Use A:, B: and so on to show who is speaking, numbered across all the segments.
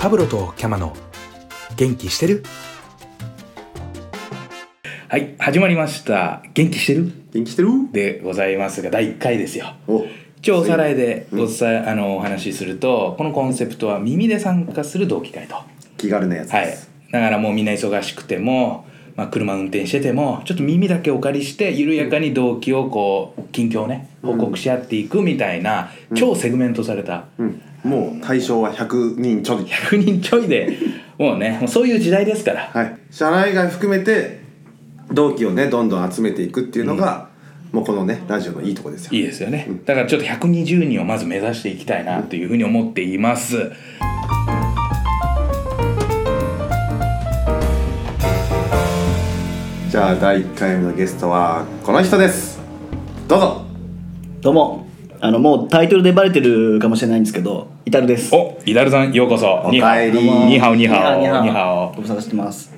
A: パブロとキャマの元気してるはい始まりました「元気してる?
B: 元気してる」
A: でございますが第1回ですよ
B: お
A: 一応おさらいでおさ、あのお話しするとこのコンセプトは耳で参加する同期会と
B: 気軽なやつ
A: は
B: で
A: い
B: す、、
A: だからもうみんな忙しくても、まあ、車運転しててもちょっと耳だけお借りして緩やかに動機をこう近況をね報告し合っていくみたいな、超セグメントされた
B: うん、もう対象は100人ちょい
A: 100人ちょいでもうねもうそういう時代ですから
B: はい社内外含めて同期をねどんどん集めていくっていうのが、もうこのねラジオのいいとこですよ
A: いいですよねだからちょっと120人をまず目指していきたいなというふうに思っています
B: じゃあ第1回目のゲストはこの人ですどうぞ
C: どうもあのもうタイトルでバレてるかもしれないんですけどイタルです
A: おイダルさんようこそ
B: お
A: ニハオ
B: かえり
A: ニハオニハオニ
C: ニ
A: ハ
C: ハ
A: オ
C: オご無沙汰してます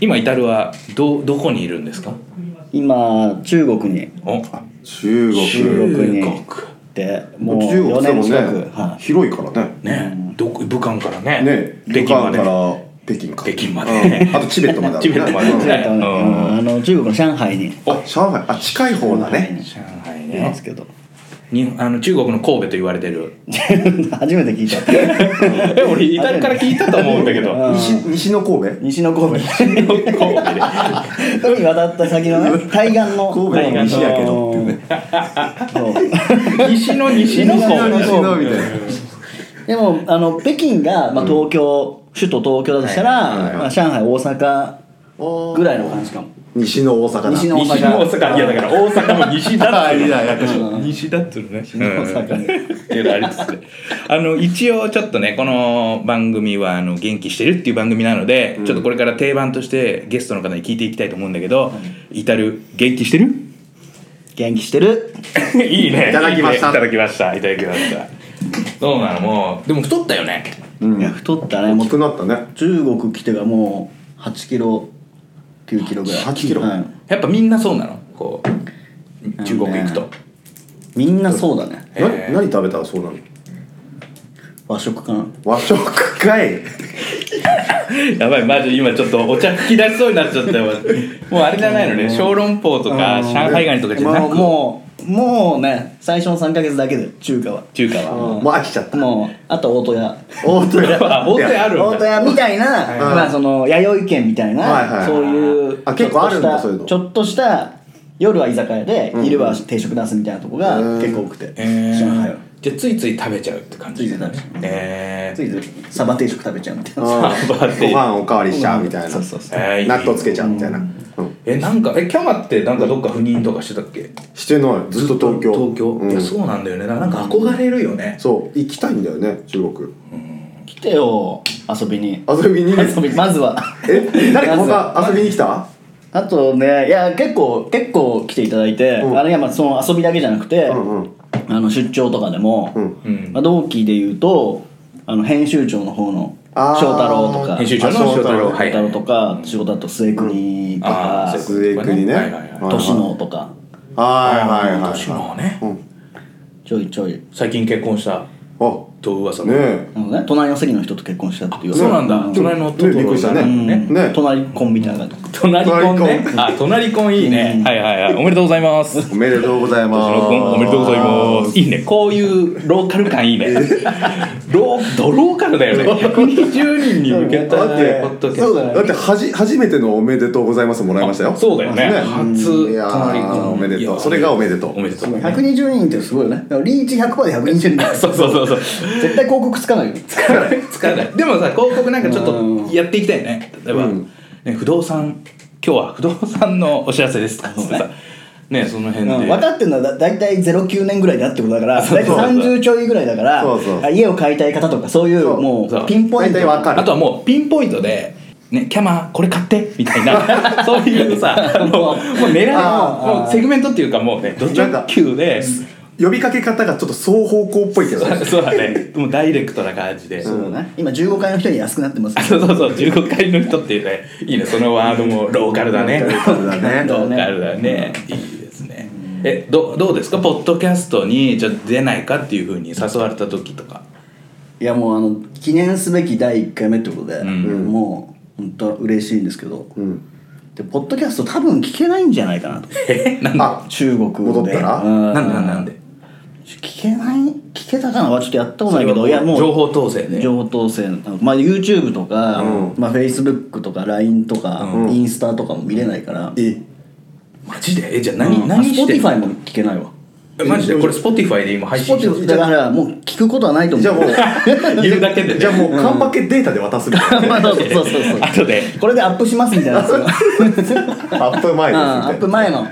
A: 今イタルはどどこにいるんですか
C: 今中国に
A: お
B: 中国
C: 中国に行
A: 中
C: ってもう
B: もう中
C: 4
B: 国で
C: 年
B: もね、
C: 近く、はい
B: 広いからね
A: ねどこ武漢からね
B: ね
A: 北
B: 武
A: 京ま
B: 漢
A: で
B: から北京か
A: 北京まで
B: うんあとチベットまである、ね、
A: チベットまで
B: うん
A: ね
C: うん
A: うん
C: あの中国の上海に
B: あ上海あ近い方だね
A: 上海
C: いま
A: ね
C: すけど
A: にあの中国の神戸と言われてる
C: 初めて聞いちゃった
A: え俺イタリアから聞いたと思うんだけど
C: うん
B: 西西の神戸
C: 西の 神戸
A: 神戸で
C: 海渡った先のね対岸の
B: 神戸の西やけどっていうね
C: そう
A: 西の西の
B: 西の
A: 神戸
B: 西のみたいな
C: でもあの北京が、まあ、東京、首都東京だとしたら、
B: いはいはい
C: まあ、上海大阪ぐ
B: ぐ
C: らいの感じかも
B: 西の大阪だ
C: 西の
A: 西の大阪いやだから大阪も西だっつう
B: い
A: の
B: やややこしい
A: うん西だっつうのね西
C: の大阪
A: っていうのありつつねあの一応ちょっとねこの番組はあの元気してるっていう番組なので、ちょっとこれから定番としてゲストの方に聞いていきたいと思うんだけど「イタル元気してる?
C: 元気してる」
A: いいね
B: いただきました
A: いいねいただきましたいただきましたどうなのもうでも太ったよね
C: いや太ったねも
B: 大
C: う
B: きくなったね
C: 中国来てがもう8キロ9キロぐらい
B: 8キロ
C: はい、
A: やっぱみんなそうなのこう中国行くと、
C: みんなそうだね
B: な
A: えー
B: 何食べたらそうなの
C: 和食かな
B: 和食かい
A: やばいマジ今ちょっとお茶吹き出しそうになっちゃったよもうあれじゃないのね小籠包とか上海ガニとかじゃな
C: もう
A: く
C: もうもうね最初の3か月だけで中華は
A: 中華は
B: もう飽きちゃった
C: もうあと大戸屋
B: 大戸
A: あ
B: 屋
A: 本当にある
C: 大
A: ん
C: 戸
A: だ
C: 屋みたいな、まあその弥生県みたいな、
B: はいはい
C: そういう
B: あ結構あるんだ
C: ちょっとし
B: そ
C: たちょっとした夜は居酒屋で、昼は定食出すみたいなとこが結構多くて、
A: えー
C: 上海は
A: じゃあついつい食べちゃうって感
C: つい
A: じ
C: つい食べちゃう
A: え
C: ついついサバ定食食べちゃうみたいな、
B: うん
A: サバで
B: ご飯おかわりしちゃうみたいな
C: そうそうそう
A: えー
B: 納豆つけちゃうみたいなうん
A: えなんかえキャマってなんかどっか赴任とかしてたっけ
B: してないずっと東京
A: 東京、
B: うん
A: いやそうなんだよねだからなんか憧れるよね、
B: そう行きたいんだよね中国
C: 来てよ遊びに
B: 遊びに
C: 遊びまず は
B: え誰か他遊びに来た
C: あとねいや結構結構来ていただいて、
B: うん
C: あのいやまあその遊びだけじゃなくて、
B: うんうん
C: あの出張とかでも、
B: うん
A: うん
C: まあ、同期で言うとあの編集長の方の
B: あー
C: 翔太郎とか
A: 編集長の
B: あ翔
A: 翔
B: 太
A: 太
B: 郎
A: 郎
C: 翔太郎とか仕事だと末国と
A: あ
C: か
A: ー
B: 末国ね
A: はいはいはい
B: うん
C: 年のとか
B: はいはいはい
A: 年のね
B: うん
C: ちょいちょい
A: 最近結婚した
B: あ
A: と噂の
B: ねえ
C: あのね隣の席の人と結婚したっていう
A: そうなんだ、隣の
B: ねびっくりしたね
A: うん
C: うん
B: ね
C: 隣コンみたいな感じ
A: 隣コンね
B: 隣コン
A: あ隣コンいいね、
C: うん
A: はいはいはいおめでとうございます
B: おめでとうございます
A: 隣コンおめでとうございますいいねこういうローカル感い いねロードローカルだよね120人に向けた
B: だって
A: ポッドキャスト
B: そうだ,、ってはじ初めてのおめでとうございますもらいましたよ
A: そうだよね初
B: いやー
A: 隣コン
B: おめで
A: い
B: と
A: や
B: うそれがおめでとう
A: おめでとう
C: 120人ってすごいよねでもリーチ100%で120人 だよ
A: そうそうそうそう
C: 絶対広告つかないよ
A: つかないでもさ広告なんかちょっとやっていきたいね例えば、
B: うん
A: ね、不動産今日は不動産のお知らせですとかっつってさねその辺で、
C: うん分かってるのはだ大体09年ぐらいだってことだから
A: そう
C: 大
A: そう
C: 体30ちょいぐらいだから
B: そうそう
C: あ家を買いたい方とかそういう
B: そう
C: も
A: そう
C: うピンポイント
B: 大体わかる
A: あとはもうピンポイントで、ね、キャマこれ買ってみたい なそういうさあのもう狙い
C: あ
A: の
C: ー
A: もうセグメントっていうかもうねど直球でそ
B: 呼びかけ方がちょっと双方向っぽいけど ね
A: うそうだねもうダイレクトな感じで。
C: そうね今15階の人に安くなってます
A: あそうそうそう15階の人っていうねいいねそのワードもローカルだね
B: ローカルだね
A: ローカルだねいいですねえどどうですかポッドキャストにちょっと出ないかっていうふうに誘われた時とか
C: いやもうあの記念すべき第1回目ってことで、
A: ん
C: もう本当嬉しいんですけど、
B: うん
C: でポッドキャスト多分聞けないんじゃないかなと
B: あ
C: 中国で
B: 戻ったら
C: うん
A: なんでなんでなんで
C: 聞けない聞けたかなはちょっとやったことないけどいやもう
A: 情報統制ね
C: 情報統制のまあ、YouTube とか、
B: うん
C: まあ、Facebook とか LINE とか、
A: うん
C: インスタとかも見れないから、
B: いい
A: マジでえじゃあ何、何
C: ス
A: し
C: ポテ
A: て
C: ィファイも聞けないわ
A: えマジでこれ Spotify で今配
C: スポ
A: 信し
C: テ
A: てる
C: ィファイだからもう聞くことはないと思う
B: じゃあもう
A: 言うだけでね
B: じゃあもうカンパケデータで渡すみたいな
C: まあ そうそうそうそう
A: 後で
C: これでアップしますみたいな やつ
B: アップ前ですみたいな
C: アップ前の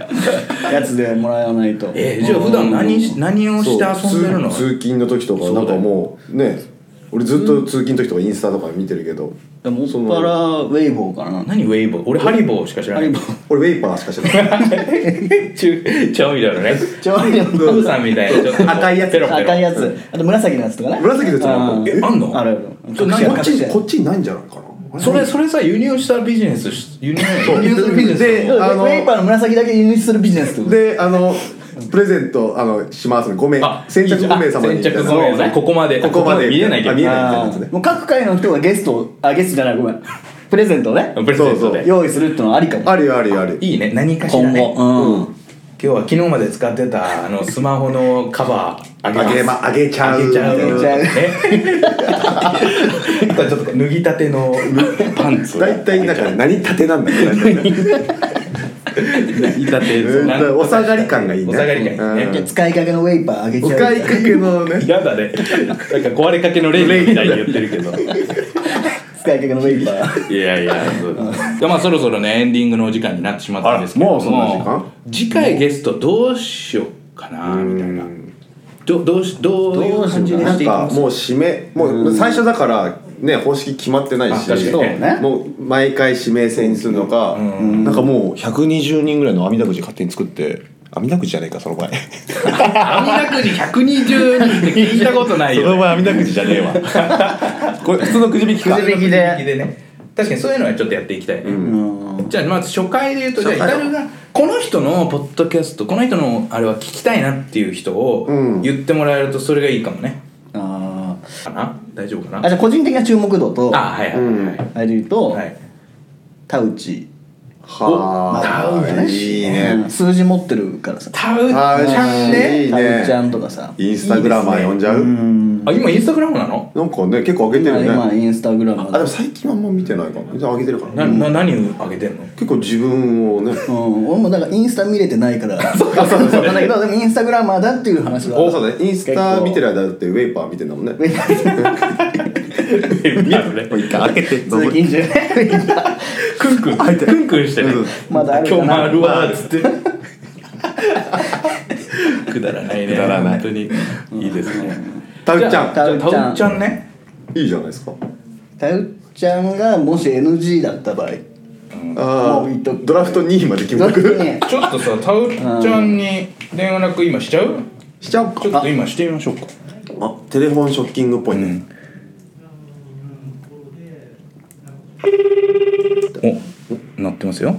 C: やつでもらわないと
A: えじゃあ普段何し何をして遊んでるの
B: そう通通勤の時とか
A: そうだ
B: な
A: よ
B: んかもうね俺ずっと通勤の時とかインスタとか見てるけど
C: でももっ
B: そ
C: ぱ
B: の
C: らウェイボーかな
A: 何ウェイボー俺ハリボーしか知ら
C: ハ
A: な
C: リ
A: い
C: ボー
B: 俺ウェイパーしか知らない
A: 中調味料のね
C: ちょ
A: プーさんみたいなちょっとこう
B: 赤いやつ
A: ペロペロ
C: 赤いやつあと紫のやつとかね
B: 紫のやつもある
C: うん
A: えあんの
C: あるある
A: ちょ何
B: こっち
C: 隠して
B: にこっちにないんじゃないかなあ
A: それそれさ輸入したビジネスし輸入
B: そう
A: 輸入するビジネス
B: で
C: ウェイ
B: あの
C: ウェイパーの紫だけ輸入するビジネスってこと
B: であのプレゼントあのしますね5名
A: あ
B: 先着5名様に
A: 先着五名様
B: そう
A: ここまで
B: ここ
A: ここま
B: まで
A: で見れないけど
B: あ見えないみたいな
C: あ
B: やつ
C: ー
B: ね
C: もう各界の人がゲストをあゲストじゃないごめんプレゼントをね
A: プレゼントで
B: そう
C: 用意するってのはありかも
B: あるよあるよあるよ
A: いいね何かしら
C: 今
A: ね
C: 後うん
A: 今日は昨日まで使ってたあのスマホのカバーあげます
B: あげまあげちゃう
A: あげちゃう
C: あげちゃう
A: ねあとはちょっと脱ぎたてのパンツ
B: 大体なんか何立てなんだよ大体
A: 脱ぎたて
B: うん
A: なんか
B: お下がり感がいいね
A: お下がり感いい
B: うん
A: ね
C: 使いかけのウェイパーあげちゃ
B: お
C: う
B: 買いかけのね
A: やだねなんか壊れかけのレイみたいに言ってるけど
C: 使いかけのウェイパー
A: いやいやそうでまあそろそろねエンディングのお時間になってしまったんですけど
B: あらもうそんな時間
A: 次回ゲストどうしようかなみたいな
B: うん
A: どどうしどういう感じで
B: な
A: し
B: ん
A: ていき
B: か
A: ます
B: もう締めもう最初だからね方式決まってないし
A: あ確かにね
C: そうね
B: もう毎回指名制にするのか、なんかもう120人ぐらいの網だくじ勝手に作って網だくじじゃねえかその場合
A: 網だくじ120人って聞いたことない
B: そ
A: よ
B: の
A: ね
B: 場合網だくじじゃねえわこれ普通のくじ引きか
C: くじ引きで
A: ね確かにそういうのはちょっとやっていきたいね、
C: うん
A: じゃあまず初回で言うとじゃあイ
B: 初回
A: タルがこの人のポッドキャストこの人のあれは聞きたいなっていう人を
B: うん
A: 言ってもらえるとそれがいいかもね
C: あ
A: かな大丈夫か
C: ーあ
A: な
C: じゃあ個人的な注目度と
A: あはいはいはい
C: あれで言うと、
A: はい
C: 田内
B: は
A: お
B: あいいね
C: うん数字持ってるからさ
A: タウち
B: タウち
A: ゃ
B: ゃ
A: ん
B: ん
A: ね
B: ねいい
C: 田内ちゃんとかさ
B: インスタグラマー呼んじゃう
C: うん
A: あ今インスタグラムなの
B: なんかね結構上げてるね
C: 今インスタグラム
B: あでも最近はあんま見てないかな上げてるかな
A: なな何をあげ てんの
B: 結構自分をね
C: うん、俺もだからインスタ見れてないから そうかそうかだけどでもインスタグラマーだっていう話は
B: おそうだねインスタ見てる間だってウェイパー見てんだもんねもう一回開けて
C: 続きんじゃない
A: クンクンクンクンしてね
B: うん
C: まだあるか
A: 今日もあ
C: な
A: るわーっつって くだらないね
B: くだらない
A: 本当にいいですね
B: タウちゃん
A: じあ
C: タウち
A: タ
C: ゃん
A: ウちゃんね
B: いいじゃないですか
C: たゆちゃんがもし NG だった場合
B: あ
C: もういいと
B: あドラフト2位まで決
C: ど
B: め
C: っ
B: と
C: ち
B: く
C: に
A: ちょっとさタウちゃんに電話なく今しちゃう
B: しちゃおう
A: ちょっと今してみましょうか
B: あテレフォンショッキングっぽいね、
A: お鳴ってますよ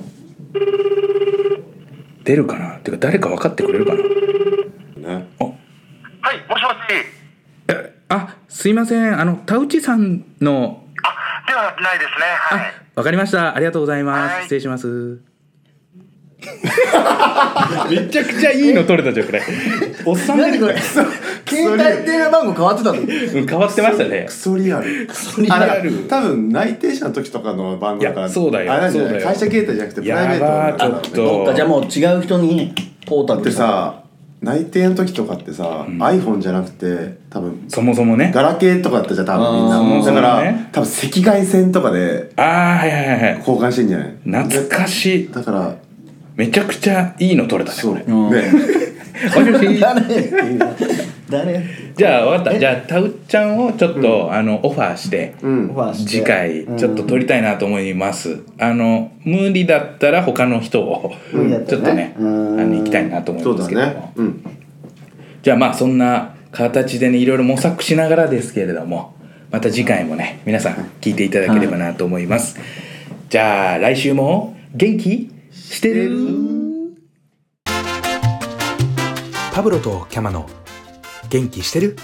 A: 出るかなてか誰か分かってくれるかな
B: ね
D: はい、もしもし。
A: あすいませんあの田内さんの
D: あ、ではないですね。はい。
A: わかりましたありがとうございます、
D: はい
A: 失礼します めちゃくちゃいいの取れたじゃんこれおっさん
C: 何これ携帯電話番号変わってたの
A: うん変わってましたね
B: クソリアルクソ
A: リアル
B: 多分内定者の時とかの番号だか
A: いや
B: ら
A: そうだよ
B: あれなんじゃ
A: そ
B: な
A: う
B: い
A: だよ
B: 会社形態じゃなくてプライベートな
A: やばー
B: んだろう
A: ちょっ
B: ね
A: と
C: そっかじゃあもう違う人にポータ
B: だ
C: ブ
B: っ
C: ル
B: てさ内定の時とかってさ、iPhone じゃなくて多分
A: そもそもね
B: ガラケーとかだったじゃん多分みん
A: あー
B: なだから、
A: そうね
B: 多分赤外線とかで
A: ああはいはいはいはい
B: 交換してんじゃない
A: 懐かしい
B: だから
A: めちゃくちゃいいの取れたね
B: そう
A: こ
B: ね
A: れ
C: ん
A: もしもし
C: 誰誰
A: じゃあ分かったじゃあタウちゃんをちょっと、あのオファーして、
B: うん
C: オファーして
A: 次回
C: うん
A: ちょっと撮りたいなと思います、あの無理だったら他の人を、
C: 無理だった
A: ちょ
C: ら
A: っとね
C: ね
A: あの行きたいなと思い
B: そ
A: ま
B: う
A: す
B: だ
A: けども、
B: ねうん
A: じゃあまあそんな形でねいろいろ模索しながらですけれどもまた次回もね皆さん聞いていただければなと思います、じゃあ来週も元気してるパブロとキャマの元気してる